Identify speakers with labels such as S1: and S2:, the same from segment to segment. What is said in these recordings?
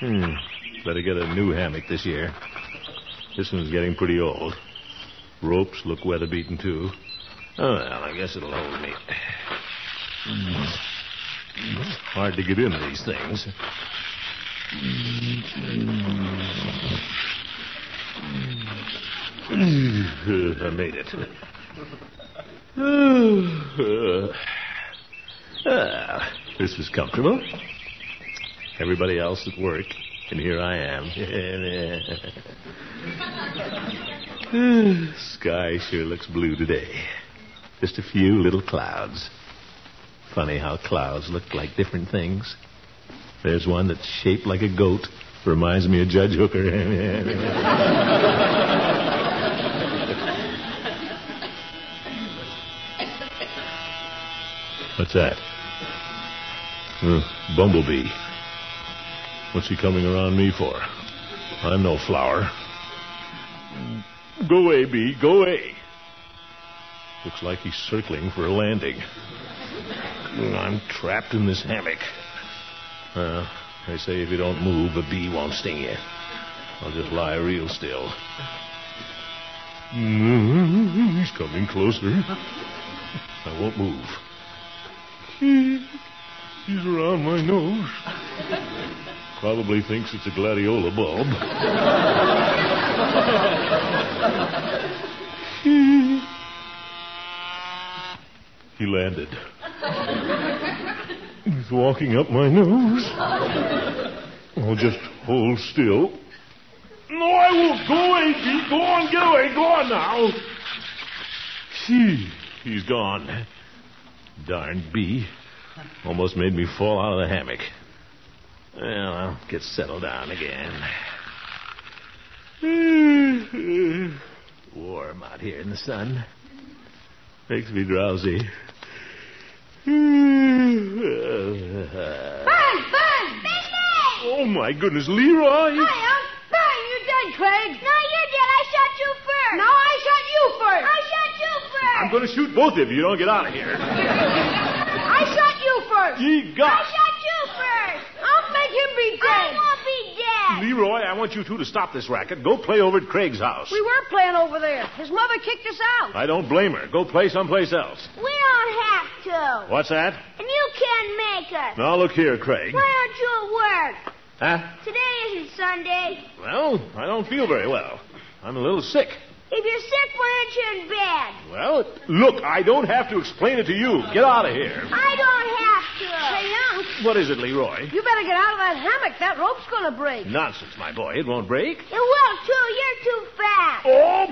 S1: Hmm. Better get a new hammock this year. This one's getting pretty old. Ropes look weather beaten, too. Oh, well, I guess it'll hold me. Hard to get in these things. I made it. Ah, this is comfortable. Everybody else at work, and here I am. Ah. Sky sure looks blue today. Just a few little clouds. Funny how clouds look like different things. There's one that's shaped like a goat. Reminds me of Judge Hooker. What's that? Hmm, bumblebee. What's he coming around me for? I'm no flower. Go away, Bee. Go away. Looks like he's circling for a landing. Hmm, I'm trapped in this hammock. Uh, they say if you don't move, a bee won't sting you. I'll just lie real still. Mm, He's coming closer. I won't move. He- He's around my nose. Probably thinks it's a gladiola bulb. He- he landed. He's walking up my nose. Oh, just hold still. No, I won't. Go away, Pete. Go on, get away. Go on now. Gee, he's gone. Darn bee. Almost made me fall out of the hammock. Well, I'll get settled down again. Warm out here in the sun. Makes me drowsy.
S2: Bang! Bang! Big bang!
S1: Oh, my goodness, Leroy!
S2: Hi, Unc. Bang! You dead, Craig. No, you did. I shot you first. No, I shot you first. I shot you first.
S1: I'm going to shoot both of you. Don't get out of here.
S2: I shot you first.
S1: Gee,
S2: I
S1: gosh.
S2: shot you first. I'll make him be dead. I won't be dead.
S1: Leroy, I want you two to stop this racket. Go play over at Craig's house.
S2: We were playing over there. His mother kicked us out.
S1: I don't blame her. Go play someplace else.
S2: We don't have to.
S1: What's that?
S2: And you can't make us.
S1: Now, look here, Craig.
S2: Why aren't you at work?
S1: Huh?
S2: Today isn't Sunday.
S1: Well, I don't feel very well. I'm a little sick.
S2: If you're sick, why aren't you in bed?
S1: Well, look, I don't have to explain it to you. Get out of here.
S2: I don't have to. Say, Unc,
S1: What is it, Leroy?
S2: you better get out of that hammock. That rope's gonna break.
S1: Nonsense, my boy. It won't break.
S2: It will, too. You're too fast.
S1: Oh!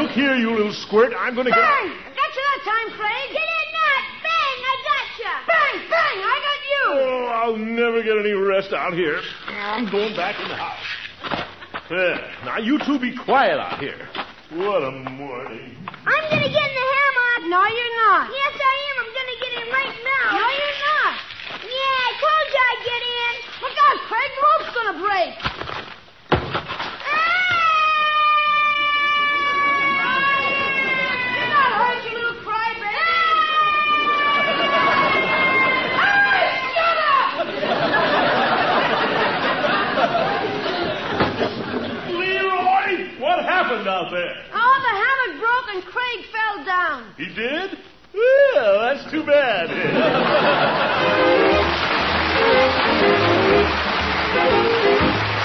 S1: look here, you little squirt. I'm going to
S2: Bang!
S1: get.
S2: I got you that time, Craig. You did not. Bang! I got you. Bang! Bang! I got you.
S1: Oh, I'll never get any rest out here. I'm going back in the house. There. Now, you two be quiet out here. What a morning.
S2: I'm gonna get in the hammock. No, you're not. Yes, I am. I'm gonna get in right now. No, you're not. Yeah, I told you I'd get in. Look out, Craig. The rope's gonna break. Ah! You're not hurt, you little crybaby. Hey, shut up!
S1: Leroy! What happened out there?
S2: Oh, the hammock broke and Craig fell down.
S1: He did? Well, that's too bad.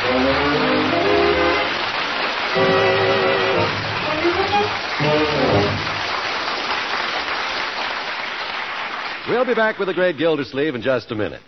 S3: We'll be back with the great Gildersleeve in just a minute.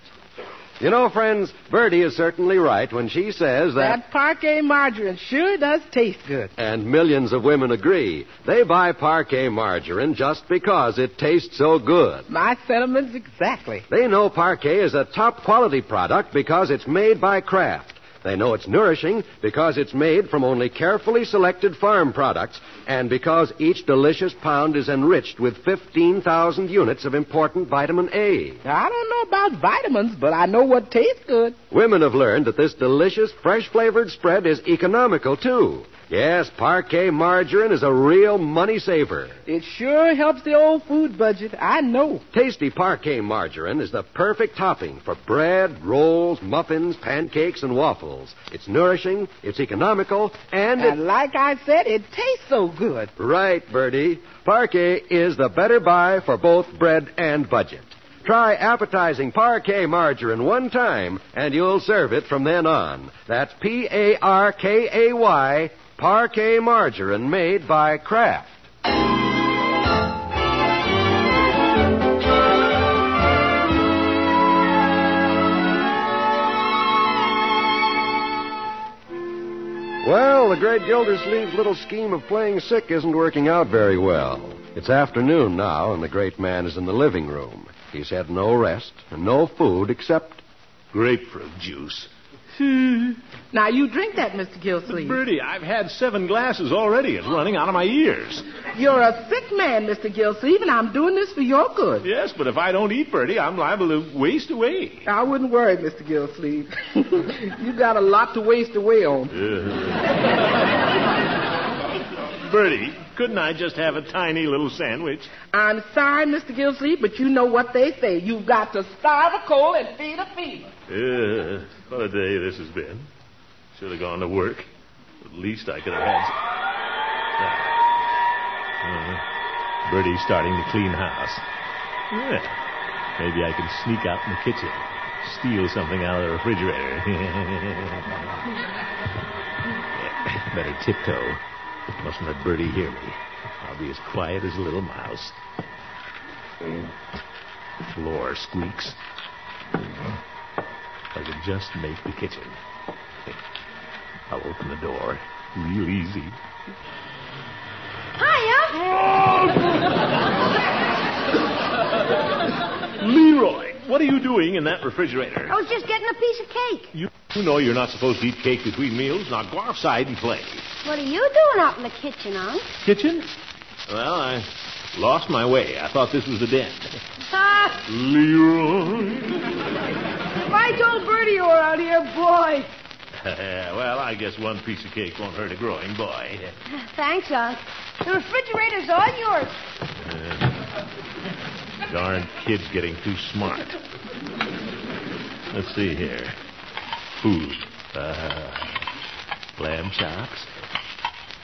S3: You know, friends, Bertie is certainly right when she says that.
S4: That parquet margarine sure does taste good.
S3: And millions of women agree. They buy parquet margarine just because it tastes so good.
S4: My sentiments exactly.
S3: They know parquet is a top quality product because it's made by Kraft. They know it's nourishing because it's made from only carefully selected farm products and because each delicious pound is enriched with 15,000 units of important vitamin A.
S4: Now, I don't know about vitamins, but I know what tastes good.
S3: Women have learned that this delicious, fresh flavored spread is economical, too. Yes, parquet margarine is a real money saver.
S4: It sure helps the old food budget. I know.
S3: Tasty parquet margarine is the perfect topping for bread, rolls, muffins, pancakes, and waffles. It's nourishing, it's economical, and it...
S4: And like I said, it tastes so good.
S3: Right, Bertie. Parquet is the better buy for both bread and budget. Try appetizing parquet margarine one time, and you'll serve it from then on. That's P A R K A Y, parquet margarine made by Kraft. Well, the great Gildersleeve's little scheme of playing sick isn't working out very well. It's afternoon now, and the great man is in the living room. He's had no rest and no food except
S1: Grapefruit juice.
S4: Now, you drink that, Mr. Gilsleeve.
S1: Bertie, I've had seven glasses already. It's running out of my ears.
S4: You're a sick man, Mr. Gilsleeve, and I'm doing this for your good.
S1: Yes, but if I don't eat, Bertie, I'm liable to waste away.
S4: I wouldn't worry, Mr. Gilsleeve. you got a lot to waste away on.
S1: Uh-huh. Bertie, couldn't I just have a tiny little sandwich?
S4: I'm sorry, Mr. Gilsleeve, but you know what they say. You've got to starve a cold and feed a fever.
S1: Uh-huh. Uh, what a day this has been. Should have gone to work. At least I could have had. Uh, Bertie's starting to clean house. Yeah. Maybe I can sneak out in the kitchen, steal something out of the refrigerator. Yeah, Better tiptoe. Mustn't let Bertie hear me. I'll be as quiet as a little mouse. The floor squeaks. If I could just make the kitchen. I'll open the door real easy. Leroy, what are you doing in that refrigerator?
S5: I was just getting a piece of cake.
S1: You know you're not supposed to eat cake between meals. Now go outside and play.
S5: What are you doing out in the kitchen, Unc?
S1: Kitchen? Well, I lost my way. I thought this was the den.
S5: Ah,
S1: Leroy?
S4: I told Bertie you were out here, boy.
S1: well, I guess one piece of cake won't hurt a growing boy.
S5: thanks, Unc. The refrigerator's all yours.
S1: Uh, Darn kids getting too smart. Let's see here. Food. Uh, lamb chops.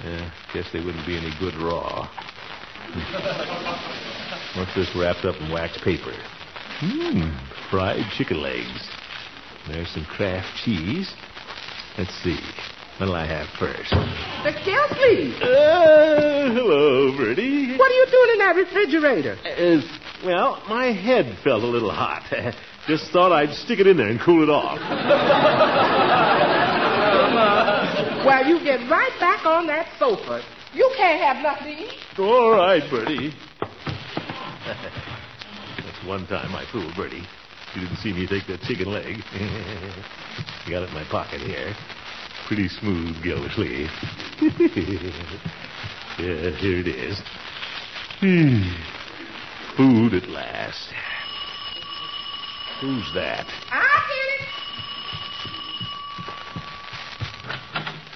S1: Uh, guess they wouldn't be any good raw. What's this wrapped up in wax paper? Mmm, fried chicken legs. There's some Kraft cheese. Let's see. What'll I have first?
S4: Mr. Gillsleeve,
S1: Uh, hello, Bertie.
S4: what are you doing in that refrigerator?
S1: Uh, well, my head felt a little hot. Uh, Just thought I'd stick it in there and cool it off.
S4: Well, you get right back on that sofa. You can't have nothing to eat.
S1: All right, Bertie. That's one time I fooled Bertie. You didn't see me take that chicken leg. Got it in my pocket here. Pretty smooth, Gildersleeve. yeah, here it is. Hmm. Food at last. Who's that?
S4: I did it.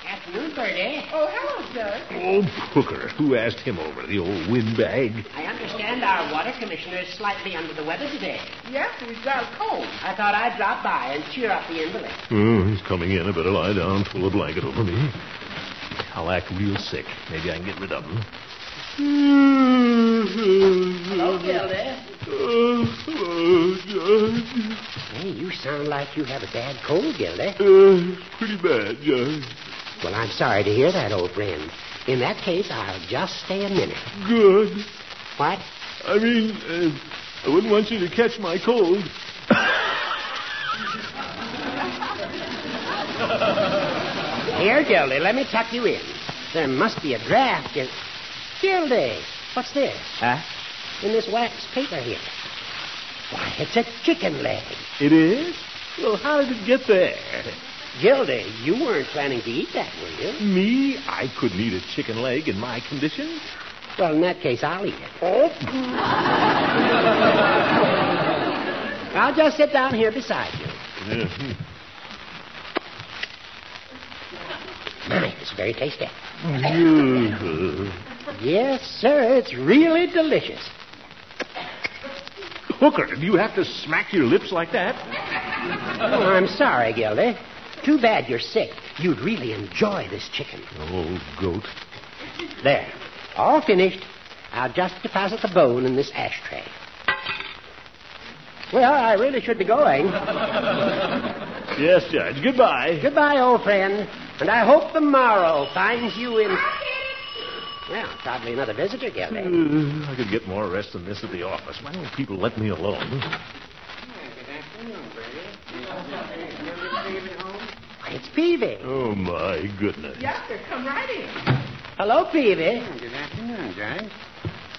S6: Afternoon, Bertie.
S4: Oh, hello, sir.
S1: Oh, Hooker. Who asked him over? The old windbag.
S6: I understand our water commissioner is slightly under the weather today.
S4: Yes, we've got a cold.
S6: I thought I'd drop by and cheer up the invalid.
S1: Oh, he's coming in. I better lie down, pull a blanket over me. I'll act real sick. Maybe I can get rid of him. Hello, Hello, John.
S7: Hey, you sound like you have a bad cold, Gilda.
S1: Uh, pretty bad, John.
S7: Well, I'm sorry to hear that, old friend. In that case, I'll just stay a minute.
S1: Good.
S7: What?
S1: I mean, uh, I wouldn't want you to catch my cold.
S7: Here, Gildy, let me tuck you in. There must be a draft in. Gildy, what's this? Huh? In this wax paper here. Why, it's a chicken leg.
S1: It is? Well, how did it get there?
S7: Gildy, you weren't planning to eat that, were you?
S1: Me? I couldn't eat a chicken leg in my condition.
S7: Well, in that case, I'll eat it.
S1: Oh,
S7: I'll just sit down here beside you.
S1: Yeah.
S7: Mine, it's very tasty.
S1: Yeah.
S7: Mm-hmm. Yes, sir, it's really delicious.
S1: Hooker, do you have to smack your lips like that?
S7: Oh, I'm sorry, Gildy. Too bad you're sick. You'd really enjoy this chicken.
S1: Oh, goat.
S7: There. All finished. I'll just deposit the bone in this ashtray. Well, I really should be going.
S1: Yes, Judge. Goodbye.
S7: Goodbye, old friend. And I hope the morrow finds you in. Well, probably another visitor, Gildy.
S1: Uh, I could get more rest than this at the office. Why don't people let me alone?
S7: Why, It's Peavy.
S1: Oh, my goodness.
S4: Yes, sir. Come right in.
S7: Hello, Peavy.
S8: Good afternoon, Judge.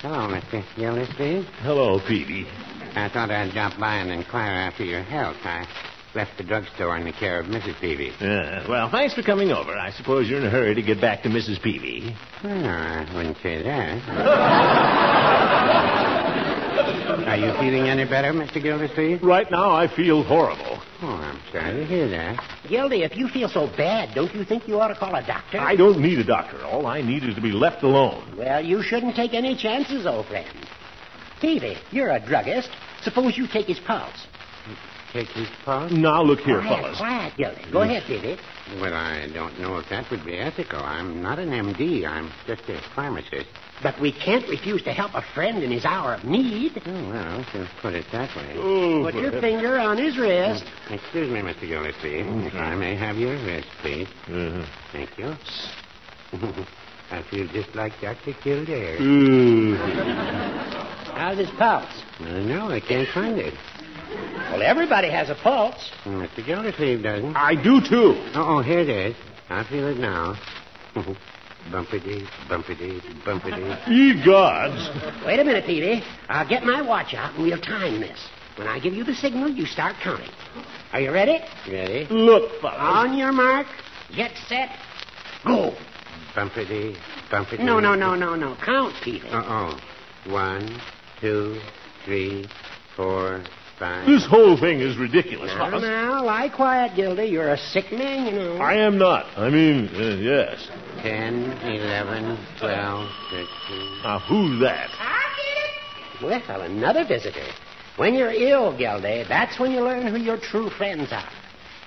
S7: Hello, Mr. Gildersleeve.
S1: Hello, Peavy.
S8: I thought I'd drop by and inquire after your health. I left the drugstore in the care of Mrs. Peavy.
S1: Uh, well, thanks for coming over. I suppose you're in a hurry to get back to Mrs. Peavy.
S8: Well, I wouldn't say that. Are you feeling any better, Mr. Gildersleeve?
S1: Right now, I feel horrible.
S8: Oh, I'm sorry to hear that.
S7: Gildy, if you feel so bad, don't you think you ought to call a doctor?
S1: I don't need a doctor. All I need is to be left alone.
S7: Well, you shouldn't take any chances, old friend. Peavy, you're a druggist. Suppose you take his pulse.
S9: take his part?
S1: Now, look here,
S7: quiet,
S1: fellas.
S7: Quiet, Gildy. Go ahead, Davy.
S9: Hmm. Well, I don't know if that would be ethical. I'm not an MD. I'm just a pharmacist.
S7: But we can't refuse to help a friend in his hour of need.
S9: Oh, well, if you put it that way.
S7: Put your finger on his wrist.
S9: Excuse me, Mr. Gillespie. If I may have your wrist, please. Thank you. I feel just like Dr. Kildare.
S1: Mm.
S7: How's his pulse?
S9: Uh, no, I can't find it. Mm,
S7: Well, everybody has a pulse.
S9: Mr. Gildersleeve doesn't.
S1: I do too.
S9: Oh, here it is. I feel it now. bumpity, bumpity, bumpity.
S1: Ye gods.
S7: Wait a minute, Peavy. I'll get my watch out and we'll time this. When I give you the signal, you start counting. Are you ready?
S9: Ready?
S1: Look, fellas.
S7: On your mark, get set, go.
S9: Bumpity, bumpity.
S7: No, no, no, no, no. Count, Peavy.
S9: Uh oh. One, two, three, four, five.
S1: This whole thing is ridiculous,
S7: Now,
S1: fellas.
S7: now, lie quiet, Gildy. You're a sick man, you know.
S1: I am not. I mean, uh, yes.
S9: Ten, eleven, twelve, thirteen.
S1: Now, who's that?
S7: Ah, Well, another visitor. When you're ill, Gilday, that's when you learn who your true friends are.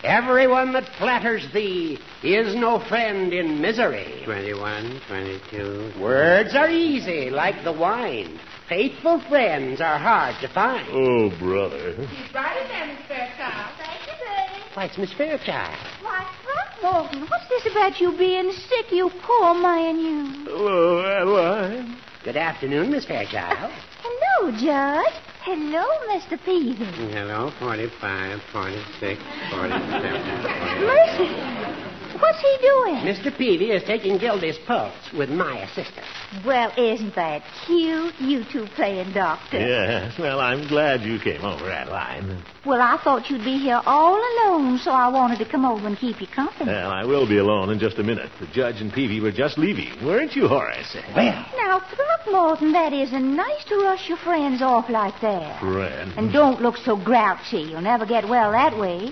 S7: Everyone that flatters thee is no friend in misery.
S9: Twenty-one, twenty-two.
S7: Words are easy, like the wine. Faithful friends are hard to find.
S1: Oh, brother.
S4: He's right in there, Miss Fairchild.
S5: Thank you, Bertie.
S7: Why, it's Miss Fairchild.
S5: Why, Throckmorton, what's this about you being sick, you poor man, you?
S1: Hello, Adeline.
S7: Good afternoon, Miss Fairchild.
S5: Hello, Judge. Hello, Mr. Peavy.
S9: Hello, 45, 46, 47.
S5: Mercy. What's he doing?
S7: Mr. Peavy is taking Gilday's pulse with my assistance.
S5: Well, isn't that cute? You two playing doctor.
S1: Yes. Well, I'm glad you came over, Adeline.
S5: Well, I thought you'd be here all alone, so I wanted to come over and keep you company.
S1: Well, I will be alone in just a minute. The judge and Peavy were just leaving, weren't you, Horace?
S7: Well,
S5: Now, Throckmorton, that isn't nice to rush your friends off like that.
S1: Friend.
S5: And don't look so grouchy. You'll never get well that way.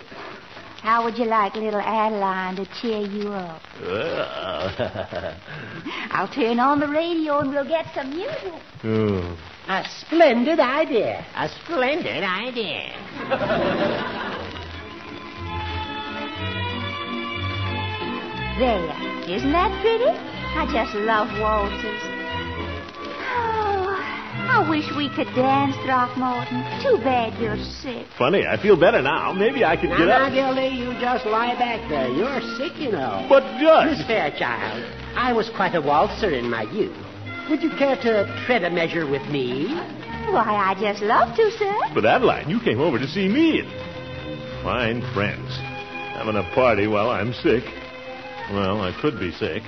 S5: How would you like little Adeline to cheer you up?
S1: Well.
S5: I'll turn on the radio and we'll get some music.
S1: oh.
S7: a splendid idea. A splendid idea.
S5: There. Isn't that pretty? I just love waltzes. Oh, I wish we could dance, Throckmorton. Too bad you're sick.
S1: Funny, I feel better now. Maybe I could
S7: Now,
S1: get
S7: now,
S1: up.
S7: Gildy, you just lie back there. You're sick, you know.
S1: But,
S7: Miss
S1: Judge.
S7: Fairchild, I was quite a waltzer in my youth. Would you care to tread a measure with me?
S5: Why, I just love to, sir.
S1: But, Adeline, you came over to see me. and- Fine friends. Having a party while I'm sick. Well, I could be sick.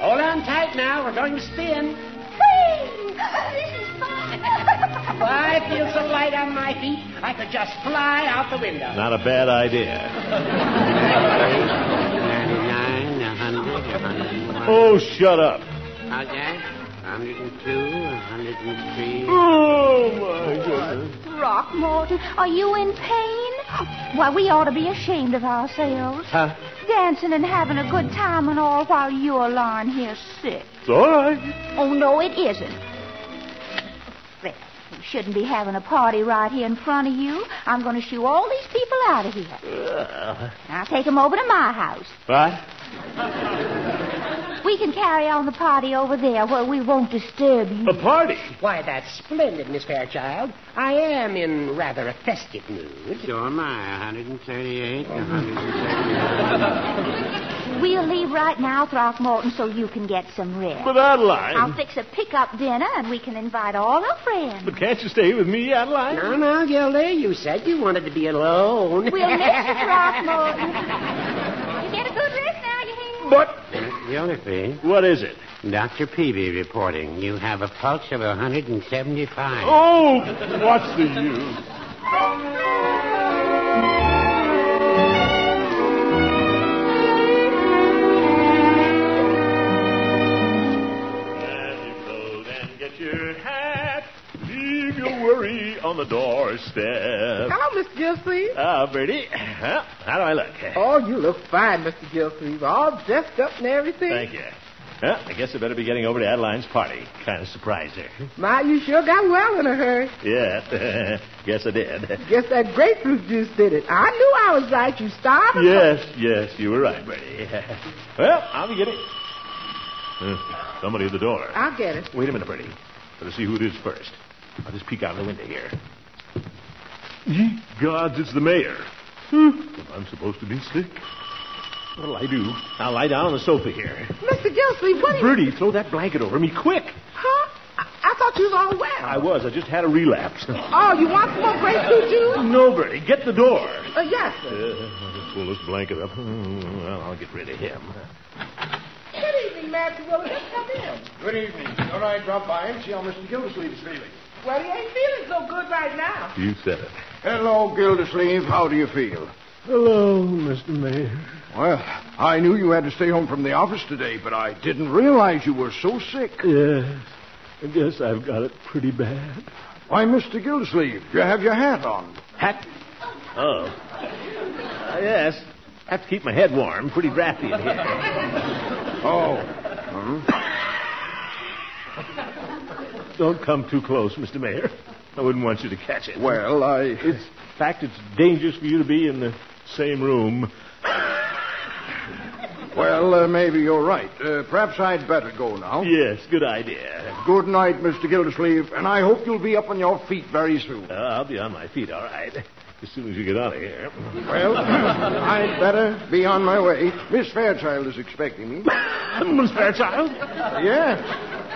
S7: Hold on tight now. We're going to spin.
S5: This is fun.
S7: Why, I feel so light on my feet, I could just fly out the window.
S1: Not a bad idea.
S9: 99, 100, 101.
S1: Oh, shut up.
S9: How's that? 102, 103.
S1: Oh, my goodness.
S5: Throckmorton, are you in pain? Why, we ought to be ashamed of ourselves.
S9: Huh?
S5: Dancing and having a good time and all while you're lying here sick.
S1: It's all right.
S5: Oh, no, it isn't. Well, you shouldn't be having a party right here in front of you. I'm going to shoo all these people out of here. I'll take 'em over to my house.
S1: What?
S5: We can carry on the party over there where we won't disturb
S1: A
S5: you.
S1: party?
S7: Why, that's splendid, Miss Fairchild. I am in rather a festive mood.
S9: So am I. 138, 170.
S5: We'll leave right now, Throckmorton, so you can get some rest.
S1: But, Adeline.
S5: I'll fix a pickup dinner and we can invite all our friends.
S1: But can't you stay with me, Adeline?
S7: Now, now, Gildy, you said you wanted to be alone.
S5: We'll miss you, Throckmorton. you get a good rest now, you hear?
S1: But
S9: Gillespie,
S1: what is it?
S9: Dr. Peavy reporting. You have a pulse of 175.
S1: Oh, what's the use? Grab your coat and get your hat. Leave your worry on the doorstep.
S4: Hello, Miss Gilsleeve.
S1: Ah, Bertie, huh? how do I look?
S4: Oh, you look fine, Mr. Gilsleeve. All dressed up and everything.
S1: Thank you. Well, I guess I better be getting over to Adeline's party. Kind of surprised her.
S4: My, you sure got well in a hurry.
S1: Yeah, guess I did.
S4: Guess that grapefruit juice did it. I knew I was right. You starving.
S1: Yes, yes, you were right, Bertie. Well, I'll be getting. Uh, somebody at the door.
S4: I'll get it.
S1: Wait a minute, Bertie. Better see who it is first. I'll just peek out the window here. Ye gods, it's the mayor. If I'm supposed to be sick, what'll I do? I'll lie down on the sofa here.
S4: Mr. Gilsleeve, what are you...
S1: Bertie, throw that blanket over me quick.
S4: Huh? I, I thought you was all well.
S1: I was. I just had a relapse.
S4: Oh, you want some more grapefruit juice?
S1: No, Bertie, get the door.
S4: Uh, yes, sir.
S1: Uh, just pull this blanket up. Well, I'll get rid of him.
S4: Good evening, Master Willis. Just come in.
S10: Good evening. Don't I drop by and see how Mr. Gildersleeve is feeling?
S4: Well, he ain't feeling so good right now.
S1: You said it.
S10: Hello, Gildersleeve. How do you feel?
S1: Hello, Mr. Mayor.
S10: Well, I knew you had to stay home from the office today, but I didn't realize you were so sick.
S1: Yes, I guess I've got it pretty bad.
S10: Why, Mr. Gildersleeve, you have your hat on.
S1: Hat? Oh. Uh, yes. I have to keep my head warm. Pretty drafty in here.
S10: Oh. Hmm?
S1: Don't come too close, Mr. Mayor. I wouldn't want you to catch it.
S10: Well, I.
S1: It's fact it's dangerous for you to be in the same room.
S10: Well, uh, maybe you're right. Uh, perhaps I'd better go now.
S1: Yes, good idea.
S10: Good night, Mr. Gildersleeve, and I hope you'll be up on your feet very soon.
S1: Uh, I'll be on my feet, all right. As soon as you get out of here.
S10: Well, I'd better be on my way. Miss Fairchild is expecting me.
S1: Miss Fairchild?
S10: Yes.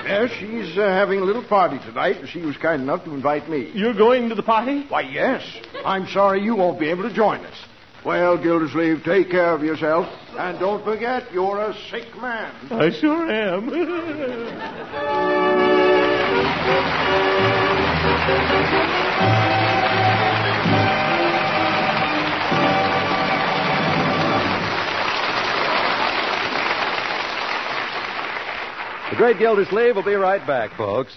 S10: Yes, she's uh, having a little party tonight, and she was kind enough to invite me.
S1: You're going to the party?
S10: Why, yes. I'm sorry you won't be able to join us. Well, Gildersleeve, take care of yourself, and don't forget you're a sick man.
S1: I sure am.
S3: The Great Gildersleeve will be right back, folks.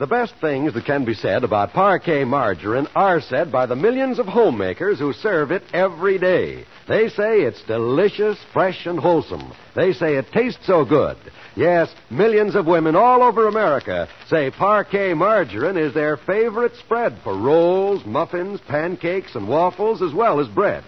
S3: The best things that can be said about parquet margarine are said by the millions of homemakers who serve it every day. They say it's delicious, fresh, and wholesome. They say it tastes so good. Yes, millions of women all over America say parquet margarine is their favorite spread for rolls, muffins, pancakes, and waffles, as well as bread.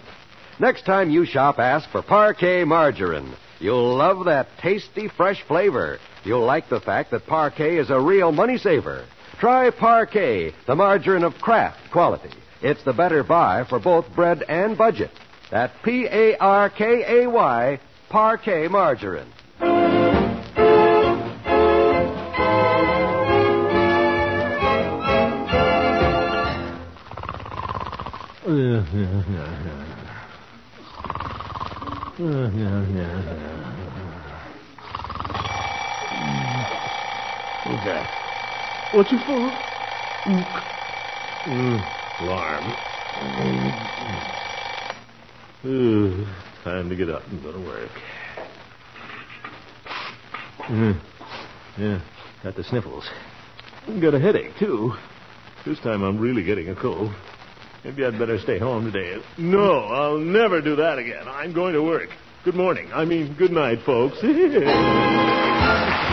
S3: Next time you shop, ask for parquet margarine. You'll love that tasty, fresh flavor. You'll like the fact that parquet is a real money saver. Try parquet, the margarine of craft quality. It's the better buy for both bread and budget. That P A R K A Y, parquet margarine.
S1: Who's that? What's it for? Ook. Mm, alarm. Ooh, time to get up and go to work. Mm, yeah, got the sniffles. Got a headache, too. This time I'm really getting a cold. Maybe I'd better stay home today. No, I'll never do that again. I'm going to work. Good morning. I mean, good night, folks.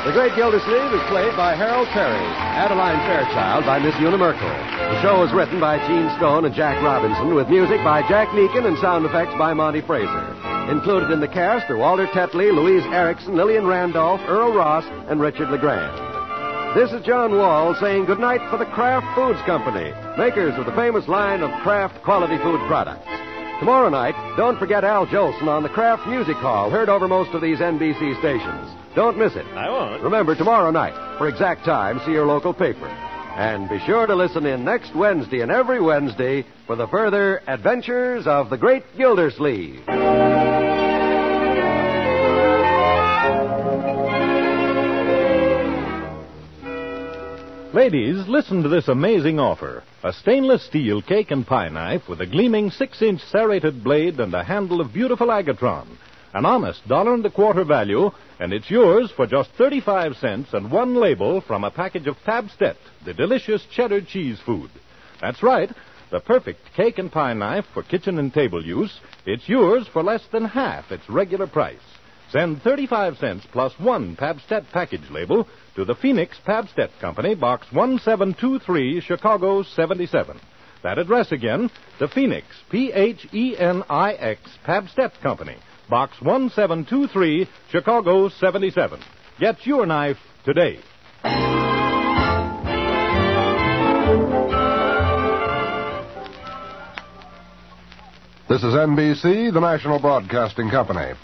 S3: The Great Gildersleeve is played by Harold Perry, Adeline Fairchild by Miss Una Merkel. The show was written by Gene Stone and Jack Robinson, with music by Jack Meakin and sound effects by Monty Fraser. Included in the cast are Walter Tetley, Louise Erickson, Lillian Randolph, Earl Ross, and Richard LeGrand. This is John Wall saying goodnight for the Kraft Foods Company, makers of the famous line of Kraft quality food products. Tomorrow night, don't forget Al Jolson on the Kraft Music Hall, heard over most of these NBC stations. Don't miss it.
S1: I won't.
S3: Remember, tomorrow night, for exact time, see your local paper. And be sure to listen in next Wednesday and every Wednesday for the further adventures of the great Gildersleeve.
S11: Ladies, listen to this amazing offer. A stainless steel cake and pie knife with a gleaming six inch serrated blade and a handle of beautiful agatron. an honest dollar and a quarter value, and it's yours for just 35 cents and one label from a package of Pabstet, the delicious cheddar cheese food. That's right, the perfect cake and pie knife for kitchen and table use. It's yours for less than half its regular price. Send 35 cents plus one Pabstet package label to the Phoenix Pabstet Company, Box 1723, Chicago 77. That address again, the Phoenix, P H E N I X, Pabstet Company, Box 1723, Chicago 77. Get your knife today.
S12: This is NBC, the national broadcasting company.